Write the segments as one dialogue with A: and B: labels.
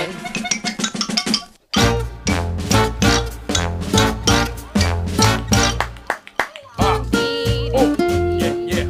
A: Bye.
B: Ah, oh, yeah, yeah.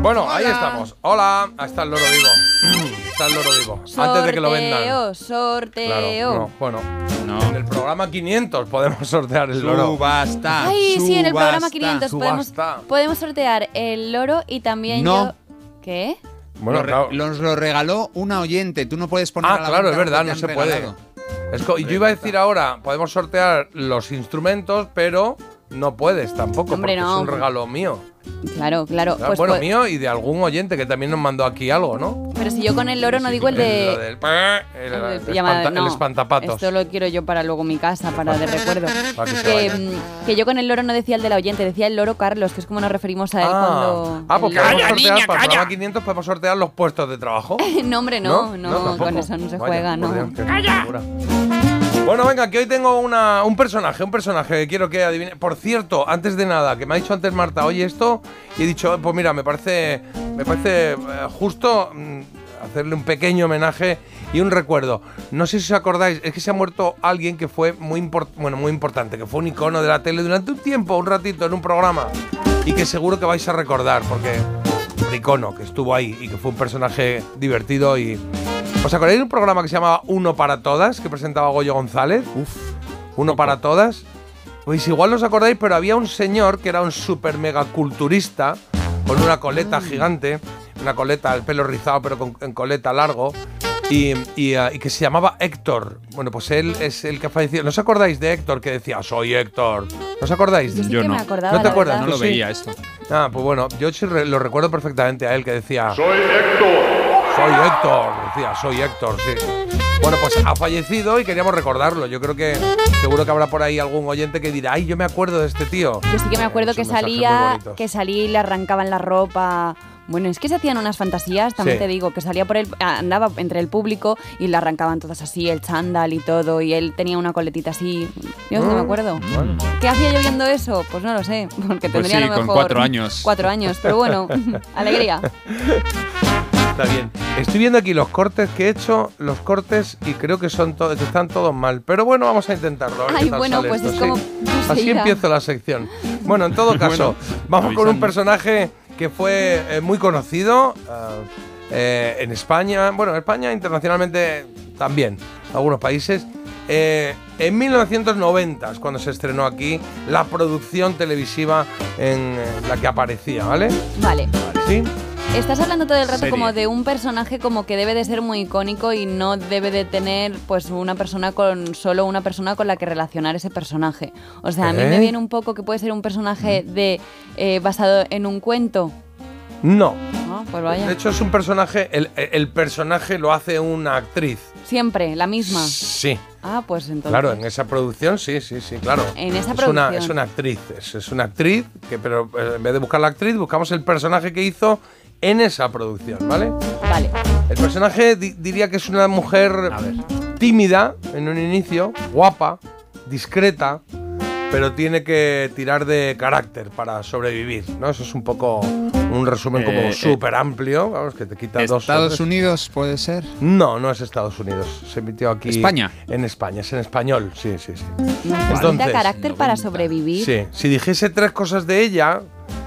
B: Bueno, ahí
A: Hola.
B: estamos. Hola, ahí está el loro vivo. Está el loro vivo. Antes de que lo vendan.
A: Sorteo, sorteo.
B: Claro, no, bueno.
C: No.
B: En el programa 500 podemos sortear el loro.
C: Subasta.
A: Ay, sí, en el programa
C: subasta.
A: 500 podemos,
B: Subasta.
A: podemos sortear el loro y también
C: No.
A: yo. ¿Qué?
B: Bueno,
C: Lo re-
B: claro.
C: Nos lo regaló una oyente. Tú no puedes poner. a
B: Ah,
C: la
B: claro,
C: venta
B: es
C: lo que
B: verdad,
C: te
B: no
C: han
B: se puede.
C: regalado.
B: Es co- y yo iba a decir ahora, podemos sortear los instrumentos, pero no puedes tampoco,
A: Hombre,
B: porque
A: no.
B: es un regalo mío.
A: Claro, claro. Pues
B: Ah, bueno,
A: po-
B: mío y de algún oyente que también nos mandó aquí algo, ¿no?
A: Pero si yo con el loro no digo el de.
B: lo del- el-
A: el de-
B: el
A: llamada-
B: espanta- el
A: no,
B: espantapatos.
A: Esto lo quiero yo para luego mi casa, para de recuerdo.
B: Para que se
A: Que,
B: vaya.
A: mm, que yo con el loro no decía el del oyente, decía el loro Carlos, que es como nos referimos a él
B: Ah,
A: cuando.
B: ah,
A: el
B: porque
A: loro-
B: podemos sortear para el programa 500 podemos sortear los puestos de trabajo.
A: No, hombre, no, no, con
B: tampoco.
A: eso no se
B: Vaya,
A: juega,
B: por
A: no.
B: Dios, qué locura. Bueno, venga, que hoy tengo una, un personaje, un personaje que quiero que adivine. Por cierto, antes de nada, que me ha dicho antes Marta, oye esto, y he dicho, "Eh, pues mira, me parece, me parece eh, justo mm, hacerle un pequeño homenaje y un recuerdo. No sé si os acordáis, es que se ha muerto alguien que fue muy, import- bueno, muy importante, que fue un icono de la tele durante un tiempo, un ratito, en un programa, y que seguro que vais a recordar, porque un icono que estuvo ahí y que fue un personaje divertido y... ¿Os acordáis de un programa que se llamaba Uno para Todas, que presentaba Goyo González? Uf. Uno para Todas. Pues igual no os acordáis, pero había un señor que era un super mega culturista, con una coleta gigante, una coleta, el pelo rizado, pero con en coleta largo, y, y, eh, y que se llamaba Héctor. Bueno, pues él es el que ha fallecido. ¿No os acordáis de Héctor que decía, soy Héctor? ¿No os acordáis?
A: Yo sí
C: Yo
A: que me
C: no.
A: acordaba,
B: ¿No te
A: la
B: acuerdas?
A: verdad.
C: No lo
B: Sí.
C: veía esto.
B: Ah, pues bueno, yo sí re- lo recuerdo perfectamente a él que decía...
D: Soy Héctor.
B: Soy Héctor, decía, soy Héctor, sí. Bueno, pues ha fallecido y queríamos recordarlo. Yo creo que seguro que habrá por ahí algún oyente que dirá, ay, yo me acuerdo de este tío.
A: Yo sí que me acuerdo
B: Son
A: que
B: mensajes muy
A: salía,
B: bonitos.
A: que salía y le arrancaban la ropa. Bueno, es que se hacían unas fantasías, también
B: Sí.
A: te digo, que salía por el, ah, andaba entre el público y le arrancaban todas así, el chándal y todo, y él tenía una coletita así. Yo
C: Mm,
A: no me acuerdo. ¿Qué hacía yo viendo eso? Pues no lo sé, porque tendría
C: sí,
A: a lo
C: con
A: mejor
C: cuatro años.
A: Cuatro años, pero bueno, alegría.
B: Está bien. Estoy viendo aquí los cortes que he hecho, los cortes, y creo que son to- que están todos mal. Pero bueno, vamos a intentarlo. a ver
A: Ay,
B: qué tal
A: bueno,
B: sale
A: pues
B: esto,
A: es como-
B: sí.
A: no sé,
B: Así
A: ya.
B: empiezo la sección. Bueno, en todo caso, vamos con un
C: avisando.
B: personaje que fue eh, muy conocido ah, eh, en España, bueno, en España internacionalmente también, algunos países. Eh, en 1990 es cuando se estrenó aquí la producción televisiva en eh, la que aparecía, ¿vale?
A: Vale.
B: ¿Sí?
A: Estás hablando todo el rato
C: Serie.
A: como de un personaje como que debe de ser muy icónico y no debe de tener pues una persona con solo una persona con la que relacionar ese personaje. O sea, a mí
B: ¿Eh? Mm.
A: me viene un poco que puede ser un personaje de eh, basado en un cuento.
B: No.
A: ¿no? Pues
B: De
A: vaya.
B: hecho, es un personaje. El, el personaje lo hace una actriz.
A: Siempre la misma.
B: Sí.
A: Ah, pues entonces.
B: Claro, en esa producción, sí, sí, sí, claro.
A: En esa
B: es una,
A: producción.
B: es una actriz, es, es una actriz, que, pero eh, en vez de buscar la actriz, buscamos el personaje que hizo en esa producción, ¿vale?
A: Vale.
B: El personaje di- diría que es una mujer tímida en un inicio, guapa, discreta, pero tiene que tirar de carácter para sobrevivir, ¿no? Eso es un poco un resumen
C: Eh,
B: como
C: eh.
B: súper amplio, vamos, que te quita dos... o
C: Estados
B: tres-
C: Unidos puede ser.
B: no, no es Estados Unidos. Se emitió aquí.
C: ¿España?
B: En España, es en español. Sí, sí, sí.
A: Necesita
B: Entonces,
A: carácter para sobrevivir.
B: Sí. Si dijese tres cosas de ella,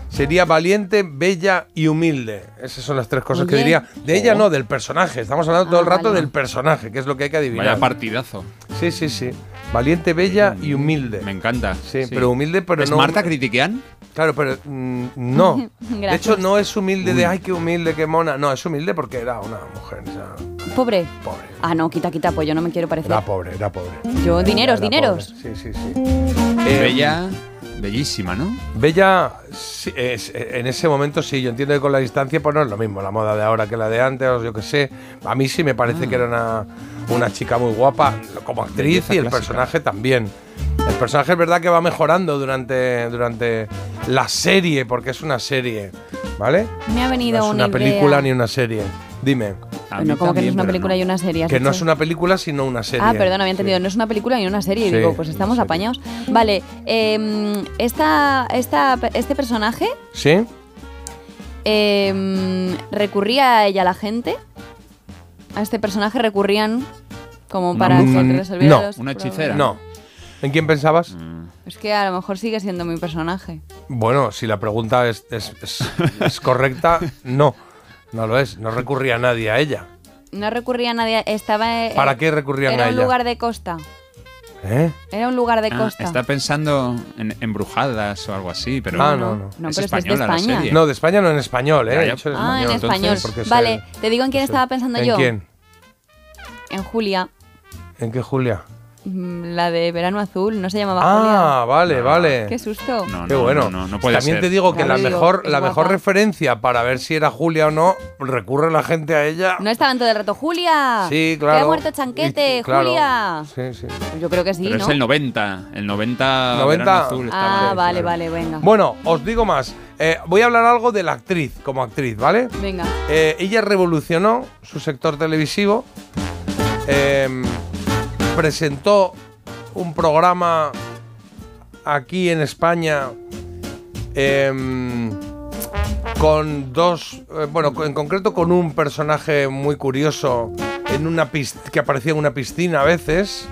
B: sería valiente, bella y humilde. Esas son las tres cosas que
A: Oye.
B: diría. De ella
C: Oh.
B: no, del personaje. Estamos hablando todo
A: Ah,
B: el rato
A: vale.
B: del personaje, que es lo que hay que
C: Vaya
B: adivinar.
C: partidazo.
B: sí, sí, sí. Valiente, bella y humilde.
C: Me encanta.
B: Sí, pero humilde, pero
C: ¿Es
B: no-
C: Marta Critiquean?
B: Claro, pero mm, no. de
A: Gracias.
B: hecho, no es humilde de ay, qué humilde, qué mona. No, es humilde porque era una mujer. o sea,
A: Pobre.
B: pobre.
A: Ah, no, quita, quita, pues yo no me quiero parecer.
B: Era pobre, era pobre.
A: Yo, dineros,
B: Era
A: dineros.
B: pobre. Sí, sí, sí. Eh,
C: Bella. Bellísima, ¿no?
B: Bella, sí, es- en ese momento sí, yo entiendo que con la distancia pues no es lo mismo la moda de ahora que la de antes, o yo qué sé. A mí sí me parece que era una, una chica muy guapa como actriz
C: Belleza
B: y el
C: clásica.
B: personaje también. El personaje es verdad que va mejorando durante, durante la serie, porque es una serie, ¿vale?
A: Me ha
B: No
A: venido
B: es
A: una,
B: una
A: idea.
B: película ni una serie. Dime,
C: A
A: Bueno,
C: mí
A: como que no es
C: también,
A: una
C: pero
A: película y una serie. has
B: que no
A: dicho.
B: es una película sino una serie.
A: Ah, perdón, había entendido.
B: Sí.
A: No es una película ni una serie.
B: Sí,
A: Digo, pues
B: una
A: estamos
B: serie.
A: apañados. Vale, eh, esta, esta, este personaje em,
B: ¿Sí?
A: eh, recurría a ella la gente. a este personaje recurrían como
C: Una
A: para
C: bruja.
A: que resolviera
B: Mm, No,
A: los
C: una
A: problemas.
C: hechicera.
B: No. ¿En quién pensabas?
A: Es que a lo mejor sigue siendo mi personaje.
B: Bueno, si la pregunta es, es- es- es correcta, no. No lo es. No recurría nadie a ella.
A: No recurría a nadie. Estaba. eh,
B: ¿Para qué recurrían
A: Era
B: a
A: un
B: ella?
A: lugar de costa.
B: ¿Eh?
A: Era un lugar de
C: Ah,
A: costa.
C: está pensando en embrujadas o algo así, pero
B: Ah, no, no. No,
A: pero
C: es
A: si es de
C: española la
A: España.
C: serie.
B: No, de España no en español, ¿eh?
C: Ya, ya.
B: He dicho en
A: ah, en
B: español.
C: entonces,
A: español.
B: porque es
A: Vale,
B: el-
A: te digo en quién estaba pensando
B: ¿En
A: yo.
B: quién?
A: En Julia.
B: ¿En qué Julia?
A: Mm, La de Verano Azul. No se llamaba
B: Ah, vale,
A: Julia.
B: vale.
A: Qué susto.
C: No,
B: Qué bueno.
C: No, no, no puede
B: También
C: ser.
B: te digo que
A: Ya
B: la
A: lo digo,
B: mejor,
A: es
B: la
A: guapa.
B: mejor referencia para ver si era Julia o no, recurre la gente a ella.
A: No estaban todo el rato. ¡Julia!
B: sí, claro.
A: ¡Que ha muerto Chanquete!
B: Y- claro.
A: ¡Julia!
B: Sí, sí.
A: Yo creo que sí,
C: Pero
A: ¿no?
C: es el 90, el 90,
B: 90.
C: verano azul estaba
A: ah,
C: ahí,
A: vale,
C: claro.
A: vale, venga.
B: Bueno, os digo más. Eh, voy a hablar algo de la actriz, como actriz, ¿vale?
A: Venga.
B: Eh, ella revolucionó su sector televisivo, em, presentó un programa aquí en España em, con dos, eh, bueno, co- en concreto con un personaje muy curioso en una pis- que aparecía en una piscina a veces.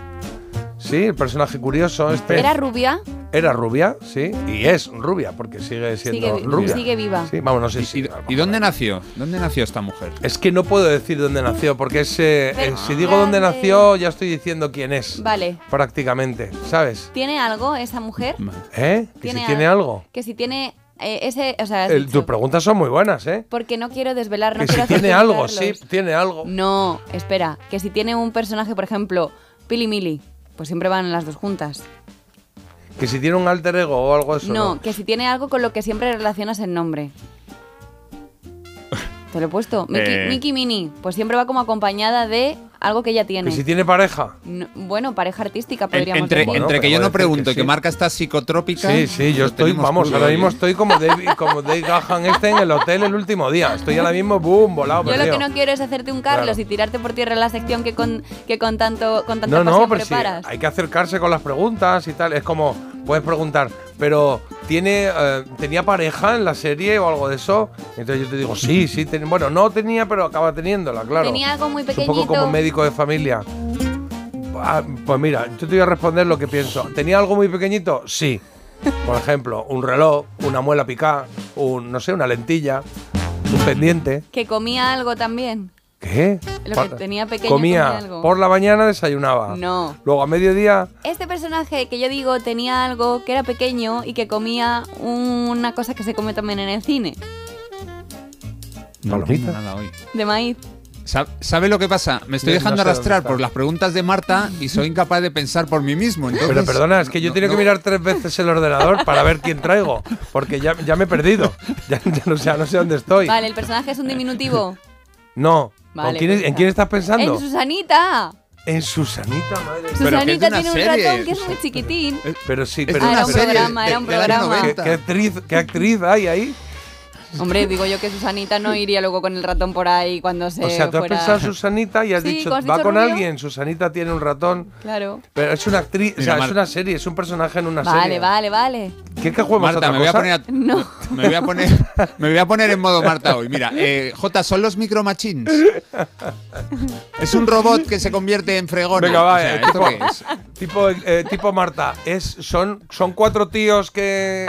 B: Sí, el personaje curioso. Este
A: ¿Era rubia?
B: era rubia, sí, y es rubia porque sigue
A: Sigue,
B: siendo
A: vi-
B: rubia.
A: sigue viva.
B: Sí, vamos, no sé si.
C: ¿Y, y dónde nació? ¿Dónde nació esta mujer?
B: Es que no puedo decir dónde nació, porque es, eh,
A: Pero-
B: eh, si digo dónde
A: Grande.
B: nació, ya estoy diciendo quién es.
A: Vale.
B: Prácticamente, ¿sabes?
A: ¿Tiene algo esa mujer?
B: ¿Eh? ¿Que si tiene algo?
A: Que si tiene eh, ese. O sea, has
B: El-
A: dicho,
B: tus preguntas son muy buenas, ¿eh?
A: porque no quiero desvelar, no
B: que
A: quiero
B: si tiene
A: hacer Mm.
B: algo, sí,
A: desvelarlos.
B: tiene algo.
A: No, espera. Que si tiene un personaje, por ejemplo, Pili Mili, pues siempre van las dos juntas.
B: Que si tiene un alter ego o algo de eso.
A: No,
B: no.
A: que si tiene algo con lo que siempre relacionas el nombre. Te lo he puesto. Mickey,
C: Eh.
A: Mickey Mini, pues siempre va como acompañada de algo que ella tiene.
B: Que si tiene pareja.
A: No- bueno, pareja artística
C: En-
A: podríamos
C: entre
A: decir.
B: Bueno,
C: entre
B: pero
C: que yo
B: voy a
C: no
B: decir
C: pregunto
B: que
C: y que
B: sí.
C: marca está psicotrópica.
B: Sí, sí, yo
C: lo
B: estoy,
C: tenemos
B: vamos,
C: crudo
B: ahora
C: hoy,
B: mismo
C: ¿eh?
B: estoy como David, como Dave Gahan este en el hotel el último día. Estoy ahora mismo, boom, volado.
A: Yo lo
B: perdido.
A: que no quiero es hacerte un Carlos
B: Ah, Claro.
A: y tirarte por tierra la sección que con, que con tanto con tanta
B: No, no,
A: pasión
B: pero sí,
A: preparas.
B: hay que acercarse con las preguntas y tal. Es como, puedes preguntar, pero ¿tiene, eh, ¿tenía pareja en la serie o algo de eso? Entonces yo te digo, sí, sí, ten- bueno, no tenía, pero acaba teniéndola, claro.
A: Tenía algo muy
B: Es un poco como
A: pequeñito.
B: un médico de familia. Ah, pues mira, yo te voy a responder lo que pienso. ¿Tenía algo muy pequeñito? Sí. Por ejemplo, un reloj, una muela picada, un, no sé, una lentilla, un pendiente.
A: Que comía algo también.
B: ¿Qué?
A: Lo
B: Pa-
A: que tenía pequeño comía
B: comía
A: algo.
B: por la mañana, desayunaba.
A: No.
B: Luego a mediodía
A: Este personaje que yo digo tenía algo que era pequeño y que comía una cosa que se come también en el cine,
C: No
B: Palomita.
C: entiendo nada hoy.
A: de maíz.
C: Sa- ¿Sabe lo que pasa? Me estoy
B: No
C: dejando
B: sé dónde
C: arrastrar
B: está.
C: por las preguntas de Marta y soy incapaz de pensar por mí mismo. entonces-
B: Pero perdona, es que yo
C: No,
B: he tenido
C: no.
B: que mirar tres veces el ordenador para ver quién traigo, porque ya, ya me he perdido. Ya, ya no, sé, no sé dónde estoy.
A: Vale, el personaje es un diminutivo.
B: No. ¿Con
A: Vale,
B: quién es-
A: pues
B: ¿En quién
A: está.
B: estás pensando?
A: En Susanita.
B: En Susanita, madre.
C: que es de
A: Susanita
C: una
A: tiene un
C: serie.
A: ratón que es muy chiquitín.
B: Pero sí,
C: Es
B: pero,
A: Ah, era un
B: pero-
A: programa, era un
C: de- de los
A: programa.
B: ¿qué,
C: 90.
B: qué actriz, ¿Qué actriz hay ahí?
A: Hombre, digo yo que Susanita no iría luego con el ratón por ahí cuando se
B: o sea, tú has
A: Eh, fuera.
B: pensado Susanita y has
A: Sí,
B: dicho,
A: ¿cómo has
B: va
A: dicho,
B: con
A: Rubio?
B: alguien, Susanita tiene un ratón.
A: Claro.
B: Pero es una actriz,
C: Mira,
B: o sea, es
C: Mar-
B: una serie, es un personaje en una
A: Vale,
B: serie.
A: vale, vale.
B: ¿Qué que juguemos
C: Marta,
B: otra
C: me voy, a
B: cosa?
C: poner a-
A: No.
C: me, voy a poner, me voy a poner en modo Marta hoy. Mira, eh, J, son los micromachines. Es un robot que se convierte en fregón.
B: Venga, va, eh,
C: ¿esto
B: tipo,
C: qué es?
B: tipo, eh, tipo Marta, es, son, son cuatro tíos que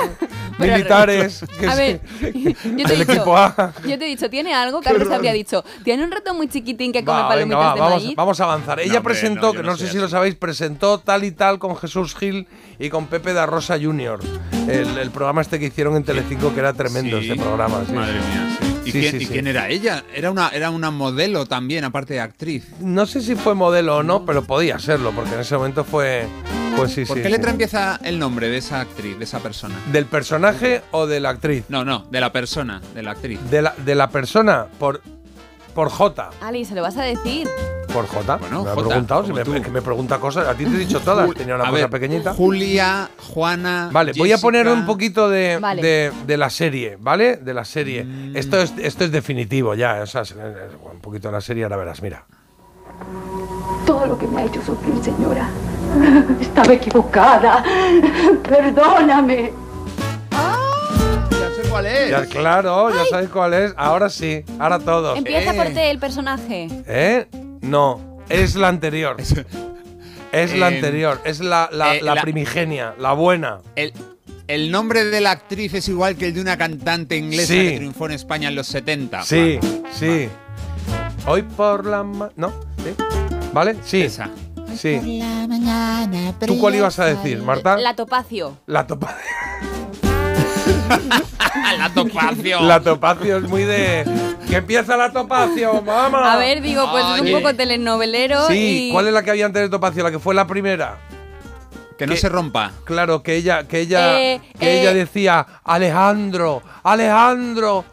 B: militares que
A: A
B: se-
A: ver, yo te,
B: del
A: he dicho,
B: equipo A.
A: yo te he dicho, tiene algo, Carlos habría dicho, tiene un ratón muy chiquitín que come
B: Va, venga,
A: palomitas
B: va,
A: de
B: vamos,
A: maíz.
B: vamos a avanzar. Ella
C: hombre,
B: presentó,
C: no, yo
B: que
C: no
B: no
C: soy
B: sé si
C: así.
B: lo sabéis, presentó tal y tal con Jesús Gil y con Pepe da Rosa Jr. El, el programa este que hicieron en Telecinco que era tremendo
C: Sí,
B: este programa. sí.
C: Madre mía, sí. ¿Y,
B: Sí,
C: quién,
B: sí,
C: y
B: sí.
C: quién era ella? Era una, era una modelo también, aparte de actriz.
B: No sé si fue modelo o no, pero podía serlo, porque en ese momento fue. Pues sí,
C: ¿Por
B: sí,
C: qué
B: sí.
C: letra empieza el nombre de esa actriz, de esa persona?
B: ¿Del personaje o de la actriz?
C: No, no, de la persona, de la actriz.
B: De la, de la persona, por, por J.
A: Ali, se lo vas a decir.
B: Por J.
C: Bueno,
B: me ha
C: J,
B: preguntado, si
C: como
B: me,
C: tú.
B: es que me pregunta cosas. A ti te he dicho todas.
C: Jul-
B: Tenía una
C: a
B: cosa
C: ver,
B: pequeñita.
C: Julia, Juana.
B: Vale, voy a
C: Jessica.
B: poner un poquito de,
A: Vale.
B: de, de la serie, ¿vale? De la serie.
C: Mm.
B: Esto, es, esto es definitivo ya. O sea, se- un poquito de la serie, ahora verás, mira.
D: Todo lo que me ha hecho sufrir, señora. Estaba equivocada. Perdóname.
C: Ya sé cuál es.
B: Ya, claro, ya sabéis cuál es. Ahora sí, ahora todos.
A: Empieza por
C: Eh.
A: T el personaje.
B: ¿Eh? No, es la anterior. Es la
C: Eh,
B: anterior, es la, la-
C: eh,
B: la
C: la-
B: primigenia, la buena.
C: El, el nombre de la actriz es igual que el de una cantante inglesa
B: Sí.
C: que triunfó en España en los 70.
B: sí, sí. Hoy por la ma- ¿No? ¿Sí? ¿Vale? Sí.
C: Esa.
B: Sí. ¿Tú cuál ibas a decir, Marta?
A: La Topacio.
B: La topa.
C: ¡Ah, la topacio!
B: La topacio es muy de. ¡Que empieza la topacio, mamá!
A: A ver, digo, pues es un
C: Oye.
A: poco telenovelero.
B: Ah. Sí,
A: y-
B: ¿cuál es la que había antes de topacio? La que fue la primera.
C: que no
B: que-
C: se rompa.
B: Claro, que ella, que ella,
A: Eh,
B: que
A: eh.
B: ella decía, Alejandro, Alejandro,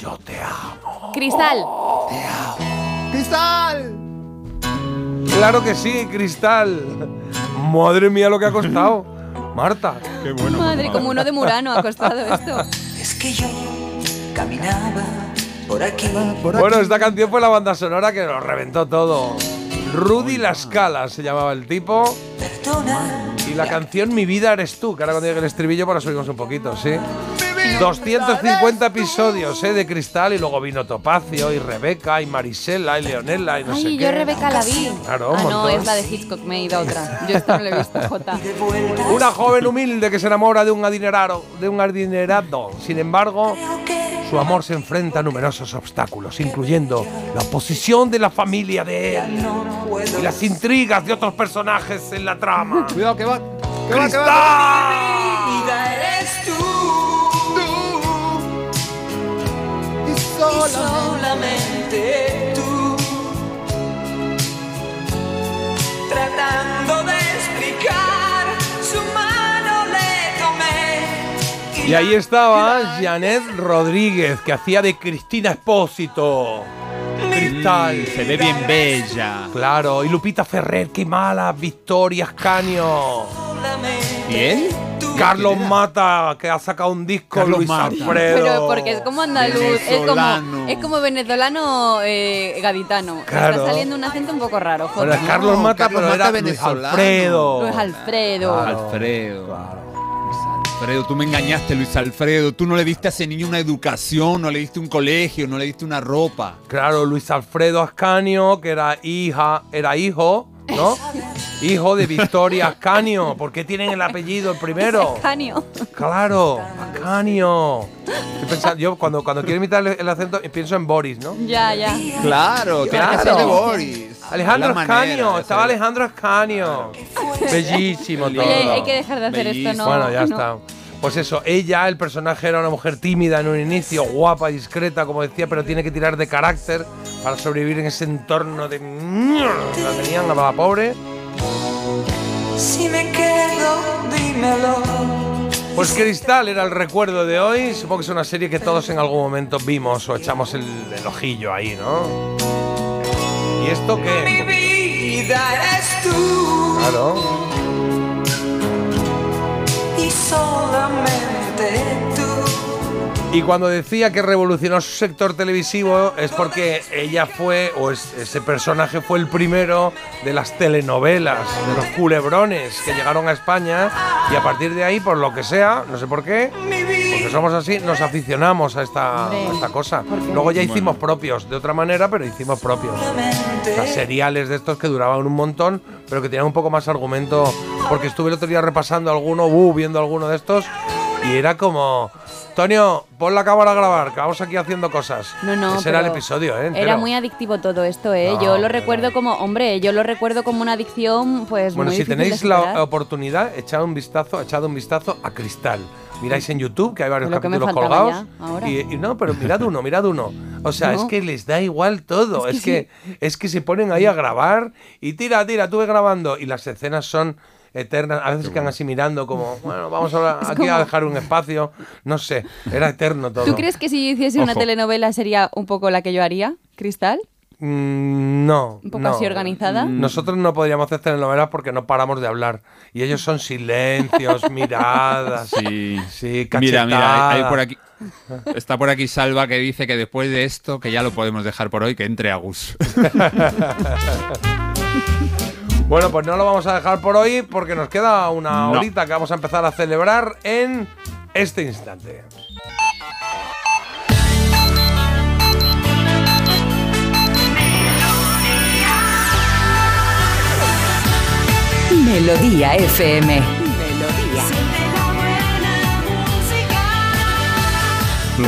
B: yo te amo.
A: Cristal.
C: ¡Cristal!
B: Claro que sí, Cristal. Madre mía, lo que ha costado. Marta.
C: Qué bueno.
B: pues
A: Madre, como uno de Murano ha costado esto.
E: Es que yo caminaba por aquí.
B: Bueno, esta canción fue la banda sonora que nos reventó todo. Rudy La Scala se llamaba el tipo.
E: Perdona.
B: Y la canción Mi vida eres tú, que ahora cuando llegue el estribillo para subimos un poquito, ¿sí? 250 episodios, ¿eh? De Cristal y luego vino Topacio y Rebeca y Marisela y Leonela y no sé
A: Ay,
B: qué.
A: yo Rebeca la vi.
B: Claro, un
A: ah, no,
B: montón.
A: es la de Hitchcock, me he ido a otra. Yo esta no la he visto, Jota.
B: Una joven humilde que se enamora de un adinerado, de un adinerado. Sin embargo, su amor se enfrenta a numerosos obstáculos, incluyendo la oposición de la familia de él y las intrigas de otros personajes en la trama.
C: Cuidado, que va. Que va, que va.
B: ¡Cristal!
E: eres tú.
C: Y sola.
E: Solamente tú. Tratando de explicar su mano le tomé.
B: Y ahí estaba Janet Rodríguez, que hacía de Cristina Espósito. Cristal.
C: Mm, se ve bien bella.
B: Claro, y Lupita Ferrer, qué mala, Victorias Caño.
E: Solamente
C: ¿Y él?
E: tú.
B: Carlos Mata, que ha sacado un disco,
C: Carlos
B: Luis
C: Mata.
B: Alfredo.
A: Pero porque es como andaluz, es como,
C: Venezolano.
A: es como venezolano eh, gaditano.
B: Claro.
A: Está saliendo un acento un poco raro,
B: Bueno,
A: Jota.
B: es Carlos
C: No,
B: Mata,
C: Carlos
B: pero
C: Mata
B: era Luis
C: venezolano.
B: Alfredo.
A: Luis Alfredo.
B: Claro.
C: Alfredo.
B: Claro.
C: Luis Alfredo, tú me engañaste, Luis Alfredo. Tú no le diste a ese niño una educación, no le diste un colegio, no le diste una ropa.
B: Claro, Luis Alfredo Ascanio, que era hija, era hijo, ¿no? hijo de Victoria Ascanio. ¿Por qué tienen el apellido el primero?
A: Canio.
B: Claro, Ascanio. Estoy pensando- yo cuando, cuando quiero imitar el, el acento pienso en Boris, ¿no?
A: Ya, ya.
C: Claro, tiene que ser de Boris.
B: Alejandro
C: La manera
B: Ascanio,
C: Ah, de
B: estaba
C: hacer.
B: Alejandro Ascanio. Bellísimo todo.
A: Oye, hay que dejar de hacer
C: Bellísimo.
A: esto, ¿no?
B: Bueno, ya
A: no.
B: está. Pues eso, ella, el personaje era una mujer tímida en un inicio, guapa, discreta, como decía, pero tiene que tirar de carácter para sobrevivir en ese entorno de mierda. La tenían a la pobre.
E: Si me quedo, dímelo.
B: Pues Cristal era el recuerdo de hoy. Supongo que es una serie que todos en algún momento vimos o echamos el, el ojillo ahí, ¿no? ¿Y esto
E: Mi
B: qué?
E: vida eres tú
B: Claro.
E: y solamente tú.
B: Y cuando decía que revolucionó su sector televisivo es porque ella fue, o es- ese personaje fue el primero de las telenovelas, de los culebrones que llegaron a España y a partir de ahí, por lo que sea, no sé por qué,
E: Mi vida
B: porque somos así, nos aficionamos a esta, a esta cosa. Luego ya hicimos propios, de otra manera, pero hicimos propios. O sea,
E: solamente
B: seriales de estos que duraban un montón, pero que tenían un poco más argumento. Porque estuve el otro día repasando alguno, uh, viendo alguno de estos, y era como. Tonio, pon la cámara a grabar, que vamos aquí haciendo cosas.
A: No, no.
B: Ese era el
A: pero
B: episodio, ¿eh?
A: Era
B: entero.
A: muy adictivo todo esto, ¿eh?
B: No,
A: yo lo
B: pero-
A: recuerdo como, hombre, yo lo recuerdo como una adicción, pues.
B: Bueno,
A: muy
B: si
A: difícil
B: tenéis
A: de superar.
B: la oportunidad, echad un vistazo, echad un vistazo a Cristal. Miráis en YouTube, que hay varios
A: Lo que me
B: capítulos
A: faltaba
B: colgados.
A: ya, ahora.
B: Y, y no, pero mirad uno, mirad uno. O sea, es
A: No.
B: que les da igual todo. Es que, es que se ponen ahí a grabar y tira, tira, tú ve grabando. Y las escenas son eternas. A veces quedan así mirando como, bueno, vamos ahora aquí a dejar un espacio. No sé, era eterno todo.
A: ¿Tú crees que si yo hiciese una
C: Ojo.
A: telenovela sería un poco la que yo haría, Cristal?
B: Mm, No.
A: Un poco
B: no.
A: así organizada.
B: Mm. Nosotros no podríamos hacer telenovelas porque no paramos de hablar. Y ellos son silencios, miradas.
C: Sí,
B: Sí,
C: Mira, mira, hay- hay
B: cachetada.
C: por aquí. Está por aquí Salva que dice que después de esto, que ya lo podemos dejar por hoy, que entre Agus.
B: Bueno, pues no lo vamos a dejar por hoy porque nos queda una
C: No.
B: horita que vamos a empezar a celebrar en este instante.
E: Melodía FM.